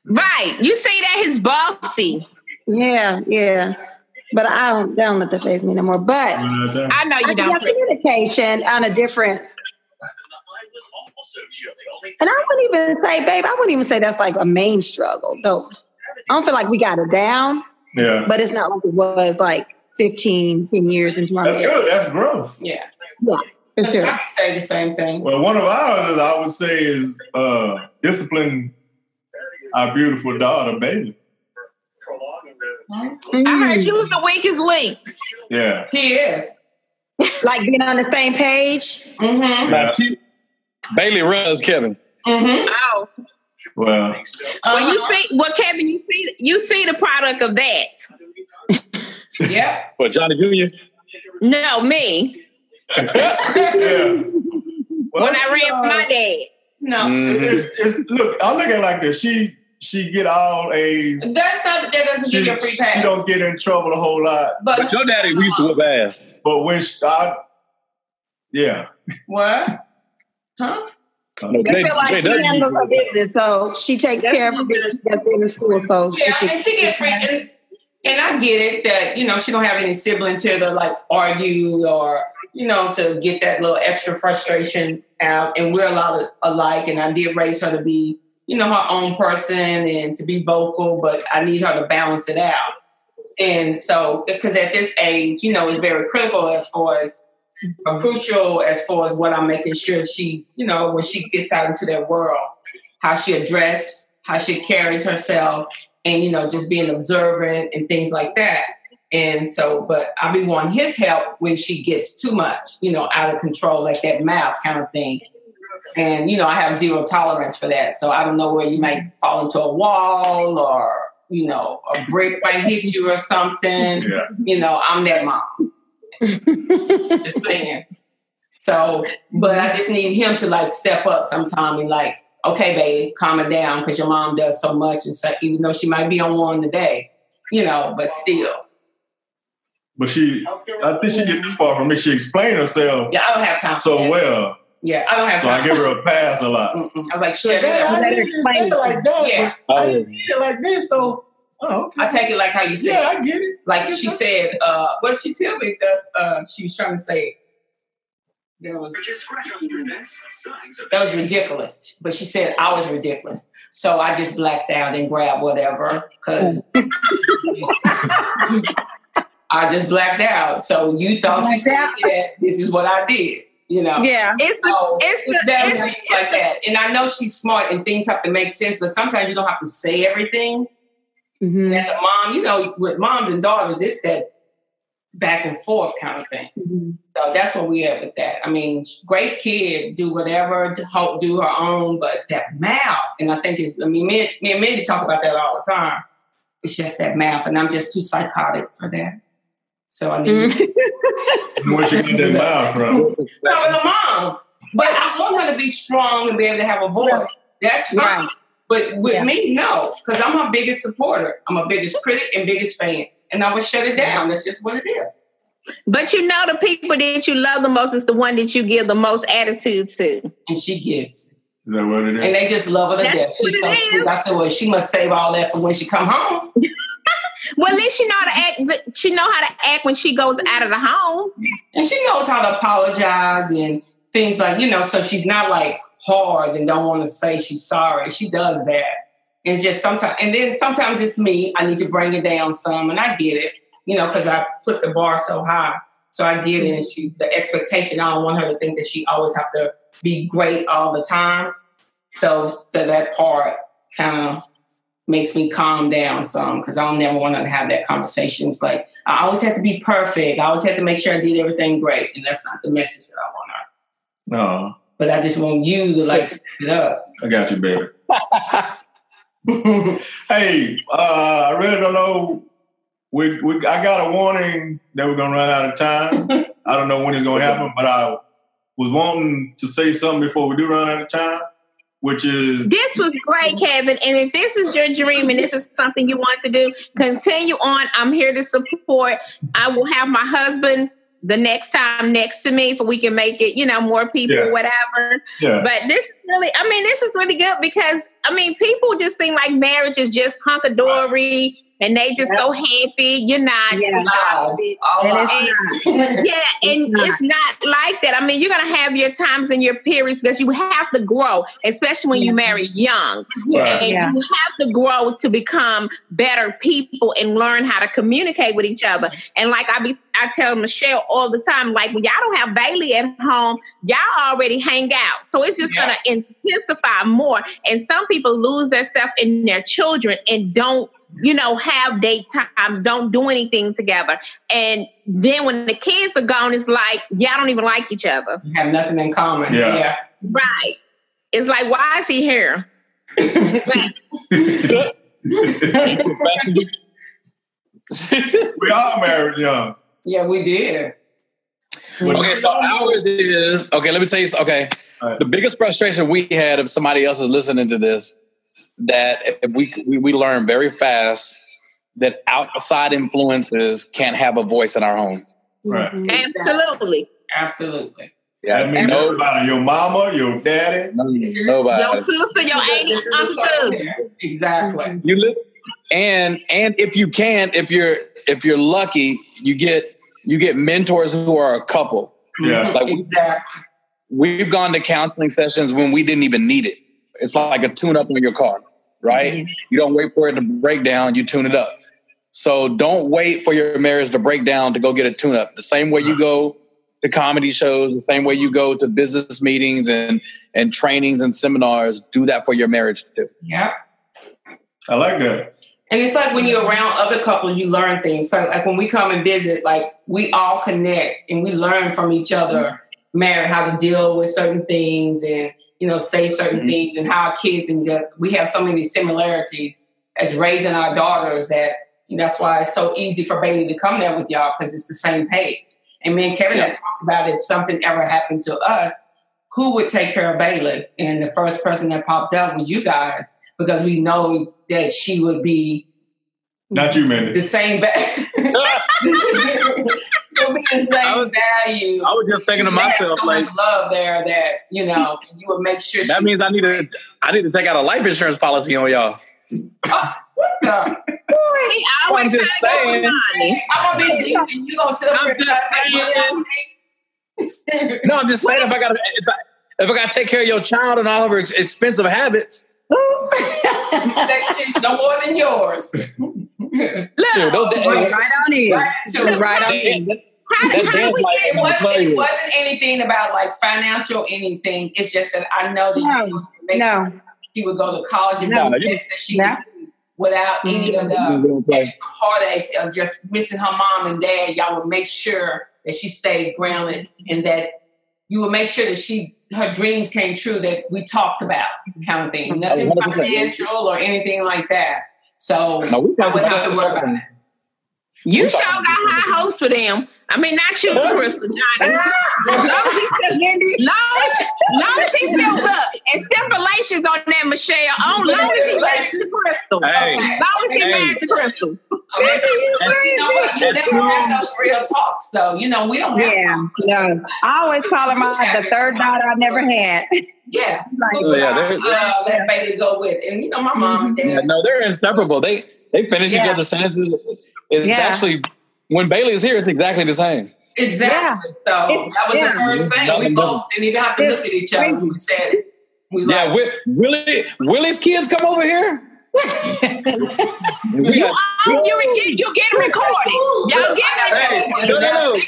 Speaker 3: right. You see that he's bossy.
Speaker 6: Yeah, yeah. But I don't, that don't let the face me no more. But
Speaker 2: One at a time.
Speaker 3: I know
Speaker 6: I
Speaker 3: you
Speaker 6: think
Speaker 3: don't.
Speaker 6: that's communication on a different. And I wouldn't even say, babe, I wouldn't even say that's like a main struggle, though. I don't feel like we got it down,
Speaker 2: Yeah.
Speaker 6: but it's not like it was like 15, 10 years into my
Speaker 2: That's
Speaker 6: marriage.
Speaker 2: good. That's growth.
Speaker 5: Yeah,
Speaker 6: For sure.
Speaker 5: I can say the same thing.
Speaker 2: Well, one of ours is I would say is uh discipline
Speaker 5: Uh-huh.
Speaker 2: our beautiful daughter, baby.
Speaker 5: Mm-hmm.
Speaker 3: I heard
Speaker 6: Mm.
Speaker 3: you was the weakest link.
Speaker 2: Yeah.
Speaker 5: He is.
Speaker 6: Like being on the same page.
Speaker 5: Mm-hmm.
Speaker 2: Yeah.
Speaker 4: Now, she- Bailey runs Kevin.
Speaker 5: Mm-hmm.
Speaker 3: Oh,
Speaker 2: Well, [laughs]
Speaker 5: Uh-huh.
Speaker 3: well, you see, well, Kevin, you see, you see the product of that.
Speaker 5: Yep. [laughs]
Speaker 4: But Johnny Jr.
Speaker 3: No, me
Speaker 2: yeah. Well,
Speaker 3: when I
Speaker 2: she,
Speaker 3: ran for
Speaker 2: uh,
Speaker 5: Oh,
Speaker 3: my dad.
Speaker 2: Mm.
Speaker 5: No.
Speaker 4: Mm-hmm.
Speaker 2: it's, it's, look, I look at it like this. She she get all A's.
Speaker 5: That's not that doesn't
Speaker 2: She,
Speaker 5: give you a free pass.
Speaker 2: she don't get in trouble a whole lot.
Speaker 5: but,
Speaker 4: But your daddy we used to whoop ass.
Speaker 2: But when she, I, yeah,
Speaker 5: what? Huh?
Speaker 4: No,
Speaker 6: We
Speaker 4: J-
Speaker 6: feel like she
Speaker 4: JW used
Speaker 6: handles
Speaker 4: to
Speaker 6: her
Speaker 4: whoop ass.
Speaker 6: business, so she takes care of her business. That's in school, so she
Speaker 5: Yeah,
Speaker 6: should.
Speaker 5: and she get free. And, and I get it that you know she don't have any siblings here to like argue or you know to get that little extra frustration out. And we're a lot alike. And I did raise her to be you know her own person and to be vocal, but I need her to balance it out. And so, because at this age, you know, it's very critical as far as or crucial as far as what I'm making sure she, you know, when she gets out into that world, how she addressed, how she carries herself, and you know, just being observant and things like that. And so, but I'll be wanting his help when she gets too much, you know, out of control, like that mouth kind of thing. And you know, I have zero tolerance for that. So I don't know where you might fall into a wall or you know, a brick might hit you or something
Speaker 2: yeah.
Speaker 5: you know, I'm that mom. just saying. So, but I just need him to like step up sometime and like, okay, baby, calm it down because your mom does so much, and so even though she might be on one today, you know, but still,
Speaker 2: But she, I think she get this far from me. She explained herself
Speaker 5: yeah, I don't have time. for
Speaker 2: so
Speaker 5: that.
Speaker 2: well,
Speaker 5: yeah, I don't have
Speaker 2: so I
Speaker 5: time.
Speaker 2: give her a pass a lot.
Speaker 5: Mm-mm. I was like, shut up.
Speaker 6: I didn't say it like
Speaker 2: that.
Speaker 5: Yeah,
Speaker 4: Oh,
Speaker 2: did it like this, so oh,
Speaker 5: I take it like how you said.
Speaker 2: I get it.
Speaker 5: Like she said, uh, what she tell me that uh, she was trying to say. That was that was ridiculous. But she said I was ridiculous, so I just blacked out and grabbed whatever
Speaker 6: [laughs]
Speaker 5: because I just blacked out. So you thought you
Speaker 6: Blacked
Speaker 5: said
Speaker 6: out.
Speaker 5: that this is what I did, you know?
Speaker 6: Yeah,
Speaker 3: It's the
Speaker 5: So
Speaker 3: it's the
Speaker 5: oh, that was
Speaker 3: it's,
Speaker 5: things like that. And I know she's smart and things have to make sense, but sometimes you don't have to say everything.
Speaker 6: Mhm.
Speaker 5: as a mom, you know, with moms and daughters, it's that back and forth kind of thing.
Speaker 6: Mhm.
Speaker 5: So that's where we at with that. I mean, great kid, do whatever, do- hope do her own, but that mouth, and I think it's. I mean, me, me and Mindy talk about that all the time. It's just that mouth, and I'm just too psychotic for that. So I need
Speaker 2: When she got that mouth, bro.
Speaker 6: Mm.
Speaker 5: [laughs] no, her mom. But I want her to be strong and be able to have a voice. That's fine.
Speaker 6: Right.
Speaker 5: But with
Speaker 6: Yeah.
Speaker 5: me, no, because I'm her biggest supporter. I'm her biggest critic and biggest fan. And I would shut it down. That's just what it is.
Speaker 3: but you know the people that you love the most is the one that you give the most attitude to.
Speaker 5: And she gives.
Speaker 2: Is that what it is?
Speaker 5: And they just love her to
Speaker 3: That's
Speaker 5: death. She's so
Speaker 3: what it is.
Speaker 5: sweet. I said, well, she must save all that for when she come home.
Speaker 3: Well, at least she know how to act. She know how to act when she goes out of the home.
Speaker 5: And she knows how to apologize and things like, you know, so she's not like hard and don't want to say she's sorry. She does that. It's just sometimes, and then sometimes it's me. I need to bring it down some, and I get it, you know, because I put the bar so high. So I get it. And she, the expectation, I don't want her to think that she always have to be great all the time. So, so that part kind of makes me calm down some because I don't never want to have that conversation. It's like I always have to be perfect. I always have to make sure I did everything great, and that's not the message that I want.
Speaker 2: No,
Speaker 5: But I just want you to like step
Speaker 2: [laughs]
Speaker 5: it up.
Speaker 2: I got you, baby. hey, uh, I really don't know. We, we, I got a warning that we're gonna run out of
Speaker 5: [laughs]
Speaker 2: time. I don't know when it's gonna happen, but I was wanting to say something before we do run out of time, which is
Speaker 3: This was great, Kevin. And if this is your dream and this is something you want to do, continue on. I'm here to support. I will have my husband the next time next to me for we can make it, you know, more people,
Speaker 2: Yeah.
Speaker 3: whatever.
Speaker 2: yeah,
Speaker 3: But this is really, I mean, this is really good because I mean, people just seem like marriage is just hunky dory and they just so happy. You're not.
Speaker 6: Yeah.
Speaker 5: Lies. All
Speaker 6: And
Speaker 5: lies. [laughs]
Speaker 6: it's
Speaker 3: Yeah, and
Speaker 6: not.
Speaker 3: it's not like that. I mean, you're gonna have your times and your periods because you have to grow, especially when you marry young.
Speaker 2: right.
Speaker 3: And
Speaker 6: Yeah.
Speaker 3: you have to grow to become better people and learn how to communicate with each other. And like I be, I tell Michelle all the time, like when y'all don't have Bailey at home, y'all already hang out. So it's just gonna intensify more. And some people lose their stuff in their children and don't, you know, have date times, don't do anything together. And then when the kids are gone, it's like y'all don't even like each other.
Speaker 5: You have nothing in common.
Speaker 2: Yeah.
Speaker 5: Yeah.
Speaker 3: Right. It's like, why is he here? Like,
Speaker 2: [laughs]
Speaker 4: Oh. [laughs]
Speaker 2: we are married young.
Speaker 5: Yeah, we did.
Speaker 4: okay, so ours is okay. Let me tell you. Okay,
Speaker 2: Alright.
Speaker 4: the biggest frustration we had if somebody else is listening to this that if we we, we learn very fast that outside influences can't have a voice in our home.
Speaker 2: Right.
Speaker 3: absolutely.
Speaker 5: Absolutely.
Speaker 2: That means
Speaker 4: no,
Speaker 2: nobody, your mama, your daddy.
Speaker 4: no, nobody.
Speaker 3: Your sister, your
Speaker 5: This
Speaker 3: aunt,
Speaker 5: is the start
Speaker 3: uncle.
Speaker 5: there. Exactly.
Speaker 4: you listen and and if you can if you're if you're lucky you get you get mentors who are a couple
Speaker 2: Yeah.
Speaker 5: [laughs]
Speaker 4: Like-
Speaker 5: exactly.
Speaker 4: we've gone to counseling sessions when we didn't even need it it's like a tune up on your car right you don't wait for it to break down you tune it up so don't wait for your marriage to break down to go get a tune up the same way you go to comedy shows the same way you go to business meetings and and trainings and seminars do that for your marriage [laughs] too
Speaker 5: Yep.
Speaker 2: I like that.
Speaker 5: And it's like when you're around other couples, you learn things. So like when we come and visit, like we all connect and we learn from each other, married how to deal with certain things and you know say certain
Speaker 4: Mhm.
Speaker 5: things and how our kids and just, we have so many similarities as raising our daughters that that's why it's so easy for Bailey to come there with y'all because it's the same page. And me and Kevin had talked about if something ever happened to us, who would take care of Bailey? And the first person that popped up was you guys because we know that she would be
Speaker 2: Not you, Mandy.
Speaker 3: [laughs]
Speaker 5: the same [laughs] value. would be the
Speaker 4: I
Speaker 5: same
Speaker 4: was-
Speaker 5: value.
Speaker 4: i was just thinking to
Speaker 5: You had
Speaker 4: myself
Speaker 5: so
Speaker 4: like
Speaker 5: much love there that you know you would make sure
Speaker 4: That
Speaker 5: she
Speaker 4: means I need to I need to take out a life insurance policy on y'all.
Speaker 5: I'm
Speaker 3: He always
Speaker 4: I'm just
Speaker 3: trying to go with
Speaker 4: saying.
Speaker 3: Sonny.
Speaker 5: gonna be deep and you gonna sit up
Speaker 4: I'm
Speaker 5: here and
Speaker 4: just
Speaker 5: try to [laughs]
Speaker 4: No, I'm just saying if I got if I, if I got to take care of your child and all of her ex- expensive habits,
Speaker 5: take no more than yours.
Speaker 4: dude,
Speaker 3: Look,
Speaker 4: those
Speaker 6: right
Speaker 4: that,
Speaker 6: on in.
Speaker 5: Right, too.
Speaker 6: Right on in.
Speaker 4: that,
Speaker 3: how,
Speaker 4: that
Speaker 3: how do
Speaker 4: dance
Speaker 3: we
Speaker 4: like
Speaker 3: get?
Speaker 5: It wasn't, it wasn't anything about like financial anything. It's just that I know that you
Speaker 6: No,
Speaker 5: wanted to make sure
Speaker 6: No,
Speaker 5: she would go to college and
Speaker 4: No,
Speaker 5: do the
Speaker 4: you-
Speaker 5: best that she [laughs]
Speaker 6: No. Mm-hmm.
Speaker 5: could do without any of the extra heartaches of just missing her mom and dad, y'all would make sure that she stayed grounded and that you would make sure that she her dreams came true that we talked about kind of thing. Nothing
Speaker 4: 100%.
Speaker 5: financial or anything like that. So
Speaker 4: No, we
Speaker 5: I
Speaker 4: talked
Speaker 5: wouldn't
Speaker 4: about
Speaker 5: uh, have
Speaker 4: that
Speaker 5: to worry about
Speaker 4: something.
Speaker 5: it.
Speaker 3: You sure got high hopes for them. I mean, not you, Crystal Johnny. As long as he's still,
Speaker 6: Mindy.
Speaker 3: long as, she- long as he's
Speaker 4: [laughs]
Speaker 3: still look, and stipulations on that, Michelle. On long as he's married to Crystal.
Speaker 4: Hey,
Speaker 3: As long as he's
Speaker 4: Hey.
Speaker 3: married to Crystal.
Speaker 5: Okay. But you know what? You
Speaker 4: That's
Speaker 5: never
Speaker 4: wrong.
Speaker 5: have those real talks though. You know, we don't have
Speaker 6: Yeah,
Speaker 5: talks.
Speaker 6: no. I always call her my the third daughter I never had. [laughs]
Speaker 5: Yeah.
Speaker 6: Like,
Speaker 4: Oh, yeah, Mm-hmm. they're-
Speaker 5: uh, let baby go with. And you know, my mom and dad.
Speaker 4: Yeah, no, they're inseparable. They they finish each
Speaker 6: Yeah.
Speaker 4: other's sentences. It's
Speaker 6: Yeah.
Speaker 4: actually when Bailey is here, it's exactly the same.
Speaker 5: Exactly. So
Speaker 6: It's-
Speaker 5: that was
Speaker 6: yeah.
Speaker 5: the first thing. We
Speaker 4: Nothing
Speaker 5: both didn't even have to
Speaker 6: It's
Speaker 5: look at each other. We said it. We
Speaker 4: Yeah,
Speaker 5: like,
Speaker 4: Wi- Willie Willie's kids come over here. we got
Speaker 3: Oh, you get you get recorded. Y'all get
Speaker 5: Hey,
Speaker 3: recorded.
Speaker 4: no, no, no.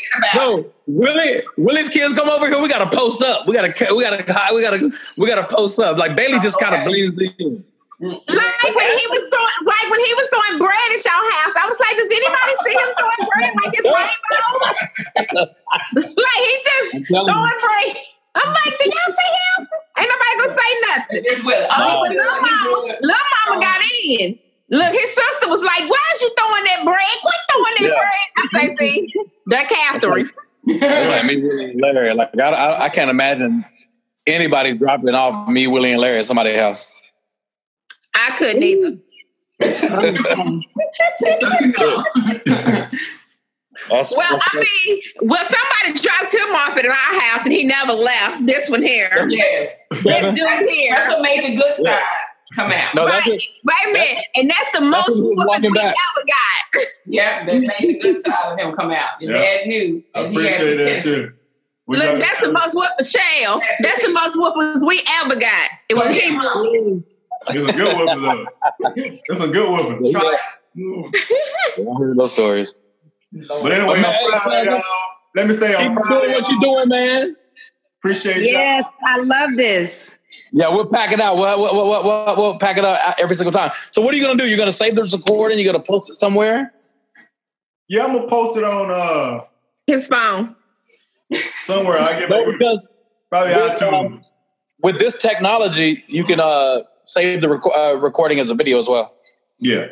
Speaker 4: No, Willie, Willie's kids come over here. We gotta post up. We gotta, we gotta, we gotta, we gotta post up. Like Bailey just kind
Speaker 5: Okay.
Speaker 4: of blends in.
Speaker 3: Like when he was throwing, like when he was throwing bread at y'all house, I was like, "Does anybody see him throwing bread like it's
Speaker 4: [laughs]
Speaker 3: rainbow?" [laughs] like he just
Speaker 4: I'm telling you.
Speaker 3: throwing bread. I'm like, "Did y'all see him?" Ain't nobody gonna say nothing.
Speaker 5: It's Will.
Speaker 4: No.
Speaker 5: Oh,
Speaker 3: But
Speaker 5: he
Speaker 3: little
Speaker 5: good. He
Speaker 3: mama,
Speaker 5: [laughs] good.
Speaker 3: little
Speaker 4: Oh.
Speaker 3: mama got in. Look, his sister was like, "Why'd you throwing that bread? Quit throwing that
Speaker 4: Yeah.
Speaker 3: bread!" I say, "See, that Catherine."
Speaker 4: It's like me, Willie, and Larry. Like I, I, I can't imagine anybody dropping off me, Willie, and Larry at somebody's house.
Speaker 3: I couldn't either.
Speaker 4: That's,
Speaker 3: Well,
Speaker 4: that's-
Speaker 3: I mean, well, somebody dropped him off at our house and he never left. This one here,
Speaker 5: yes.
Speaker 3: this dude here.
Speaker 5: That's what made the good
Speaker 4: Yeah.
Speaker 5: side come out.
Speaker 4: no, that's
Speaker 3: right.
Speaker 4: it.
Speaker 3: Wait a minute, and that's the
Speaker 4: that's
Speaker 3: most
Speaker 4: when he was
Speaker 3: whooping
Speaker 4: walking
Speaker 3: we
Speaker 4: back.
Speaker 3: ever got.
Speaker 5: Yeah, that made the good side of him come out. And
Speaker 2: Yeah.
Speaker 5: Dad knew
Speaker 2: I
Speaker 5: that he had
Speaker 2: appreciate that
Speaker 5: potential.
Speaker 2: too. We
Speaker 3: Look,
Speaker 2: got-
Speaker 3: that's the most whoop Shell. That's the most whoopings we ever got. It was him.
Speaker 2: It's a good whooping, though. It's a good
Speaker 5: [laughs]
Speaker 2: whooping.
Speaker 4: Yeah,
Speaker 5: Try.
Speaker 4: I heard those stories.
Speaker 2: But anyway,
Speaker 4: Man,
Speaker 2: I'm proud of
Speaker 4: man,
Speaker 2: y'all. Let me say
Speaker 4: Keep
Speaker 2: I'm
Speaker 4: doing
Speaker 2: proud of
Speaker 4: what you're
Speaker 2: y'all.
Speaker 4: doing, man.
Speaker 2: Appreciate y'all.
Speaker 6: Yes, I love this.
Speaker 4: Yeah, we'll pack it out. We'll, we'll, we'll, we'll, we'll pack it out every single time. So what are you gonna do? You're gonna save this recording. You're gonna post it somewhere.
Speaker 2: Yeah, I'm gonna post it on uh
Speaker 3: His phone.
Speaker 2: somewhere. I get
Speaker 4: No, because
Speaker 2: probably
Speaker 4: Because,
Speaker 2: iTunes.
Speaker 4: um, with this technology, you can uh, save the rec- uh, recording as a video as well.
Speaker 2: Yeah.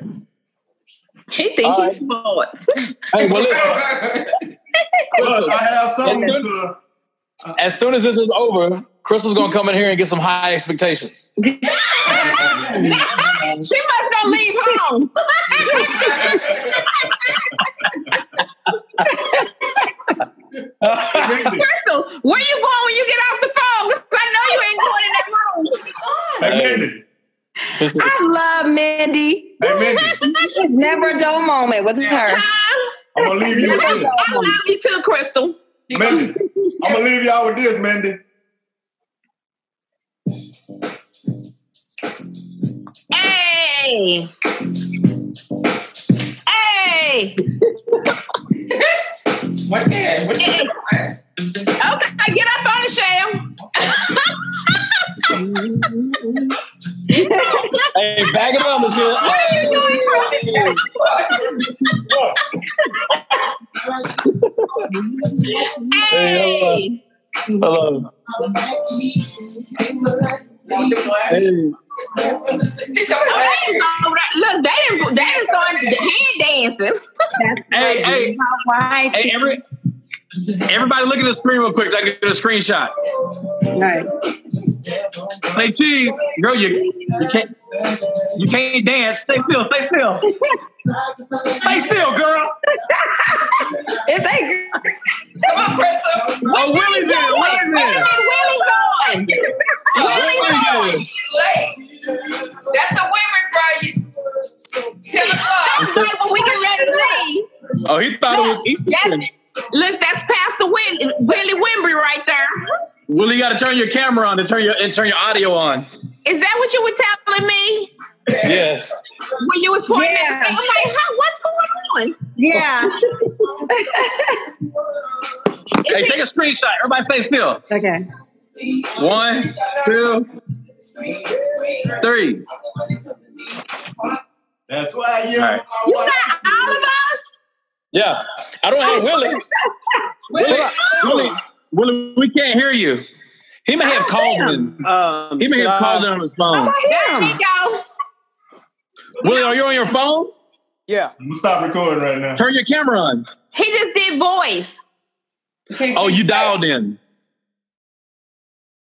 Speaker 3: He think
Speaker 4: All
Speaker 3: he's smart.
Speaker 4: Hey,
Speaker 5: [laughs]
Speaker 4: well, listen,
Speaker 2: Look, I have something
Speaker 4: Listen.
Speaker 2: to
Speaker 4: as soon as this is over, Crystal's gonna come in here and get some high expectations. [laughs]
Speaker 3: she must go leave home.
Speaker 2: Hey
Speaker 3: [laughs] Crystal, where you going when you get off the phone? 'Cause I know you ain't going in that room.
Speaker 2: Mindy.
Speaker 6: I love Mindy.
Speaker 2: Hey Mindy.
Speaker 6: It's never a dull moment with her.
Speaker 3: Huh?
Speaker 2: I'm gonna leave you with this.
Speaker 3: I love you too, Crystal. [laughs]
Speaker 2: Mindy. I'm gonna leave y'all with this, Mindy.
Speaker 3: Hey. Hey.
Speaker 5: What that? What [laughs]
Speaker 3: Hey.
Speaker 5: that?
Speaker 3: Okay, get up on the sham.
Speaker 4: hey, back it up, Michelle. What are you doing,
Speaker 3: Hey.
Speaker 4: Hello.
Speaker 5: He's
Speaker 4: Hey.
Speaker 5: a
Speaker 3: Hey, all right. Look, they didn't they didn't start hand dancing.
Speaker 4: Hey, hey,
Speaker 6: Why?
Speaker 4: hey, every, everybody look at the screen real quick so I can get a screenshot.
Speaker 6: Right.
Speaker 4: Say cheese. Girl, you, you can't you can't dance. Stay still, stay still. Stay still, girl.
Speaker 6: It's angry.
Speaker 5: Come on, Crystal.
Speaker 4: Oh, Willie's in. Willie's in.
Speaker 3: Where did Willie go? Willie going.
Speaker 5: It's late. That's a women Friday. Ten o'clock.
Speaker 3: That's right when we get ready to leave.
Speaker 4: Oh, he thought it was Eastern.
Speaker 3: Look, that's Pastor Willie, Willie Wimbury right there.
Speaker 4: Willie, you got to turn your camera on to turn your and turn your audio on.
Speaker 3: Is that what you were telling me
Speaker 4: Yes.
Speaker 3: when you was pointing at
Speaker 6: Yeah.
Speaker 3: the thing? I'm like, huh, what's going on?
Speaker 6: Yeah. [laughs]
Speaker 4: Hey, take a screenshot. Everybody, stay still.
Speaker 6: okay.
Speaker 4: One, two, three.
Speaker 2: That's why you're
Speaker 4: All right.
Speaker 3: You got all of us?
Speaker 4: Yeah. I don't have Willie. Willie, Willie, Willie, we can't hear you. He may have called in.
Speaker 7: Um,
Speaker 4: He may have called in on his phone.
Speaker 3: There you go.
Speaker 4: Willie, are you on your phone?
Speaker 7: Yeah.
Speaker 2: I'm gonna stop recording right now.
Speaker 4: Turn your camera on.
Speaker 3: He just did voice.
Speaker 4: Oh, you dialed in.